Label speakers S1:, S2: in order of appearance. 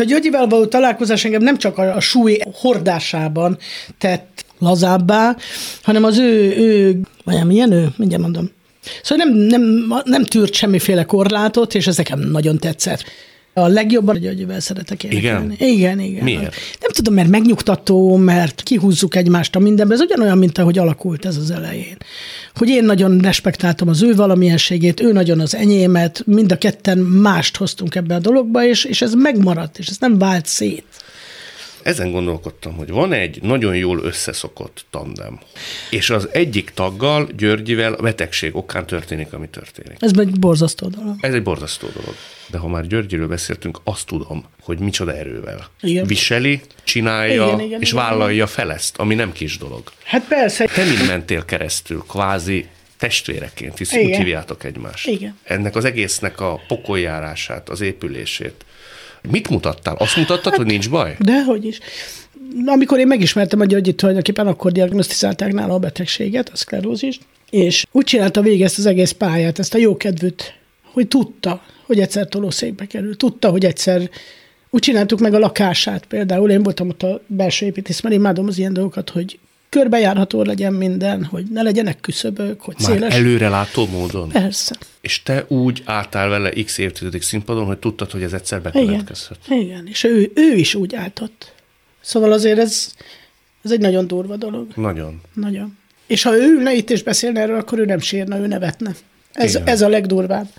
S1: A Györgyivel való találkozás engem nem csak a, a súly hordásában tett lazábbá, hanem az ő, ő vagy milyen ő, mindjárt mondom. Szóval nem, nem, nem tűrt semmiféle korlátot, és ez nekem nagyon tetszett. A legjobban a Györgyivel szeretek énekelni.
S2: Igen?
S1: Igen, igen.
S2: Miért?
S1: Nem tudom, mert megnyugtató, mert kihúzzuk egymást a mindenbe. Ez ugyanolyan, mint ahogy alakult ez az elején. Hogy én nagyon respektáltam az ő valamilyenségét, ő nagyon az enyémet, mind a ketten mást hoztunk ebbe a dologba, és, és ez megmaradt, és ez nem vált szét.
S2: Ezen gondolkodtam, hogy van egy nagyon jól összeszokott tandem, és az egyik taggal, Györgyivel a betegség okán történik, ami történik.
S1: Ez egy borzasztó dolog.
S2: Ez egy borzasztó dolog. De ha már Györgyiről beszéltünk, azt tudom, hogy micsoda erővel.
S1: Igen.
S2: Viseli, csinálja,
S1: Igen, igen,
S2: és
S1: igen.
S2: vállalja fel ezt, ami nem kis dolog.
S1: Hát persze.
S2: Te mind mentél keresztül, kvázi testvéreként, hisz úgy
S1: Igen.
S2: hívjátok egymást.
S1: Igen.
S2: Ennek az egésznek a pokoljárását, az épülését. Mit mutattál? Azt mutattad, hogy
S1: Hát
S2: nincs baj?
S1: Dehogy is. Amikor én megismertem a Györgyit tulajdonképpen, akkor diagnosztizálták nála a betegséget, a szklerózist, és úgy csinálta végig ezt az egész pályát, ezt a jó kedvűt, hogy tudta, hogy egyszer tolószékbe kerül, tudta, hogy egyszer úgy csináltuk meg a lakását például, én voltam ott a belső építész, mert imádom az ilyen dolgokat, hogy körbejárható legyen minden, hogy ne legyenek küszöbök, hogy
S2: Már
S1: széles.
S2: előrelátó módon.
S1: Persze.
S2: És te úgy álltál vele x évtizedig színpadon, hogy tudtad, hogy ez egyszer
S1: Igen.
S2: bekövetkezhet.
S1: Igen, és ő, ő is úgy állt ott. Szóval azért ez, ez egy nagyon durva dolog.
S2: Nagyon.
S1: Nagyon. És ha ő ülne itt és beszélne erről, akkor ő nem sérne, ő nevetne. Ez,
S2: Igen.
S1: ez a legdurvább.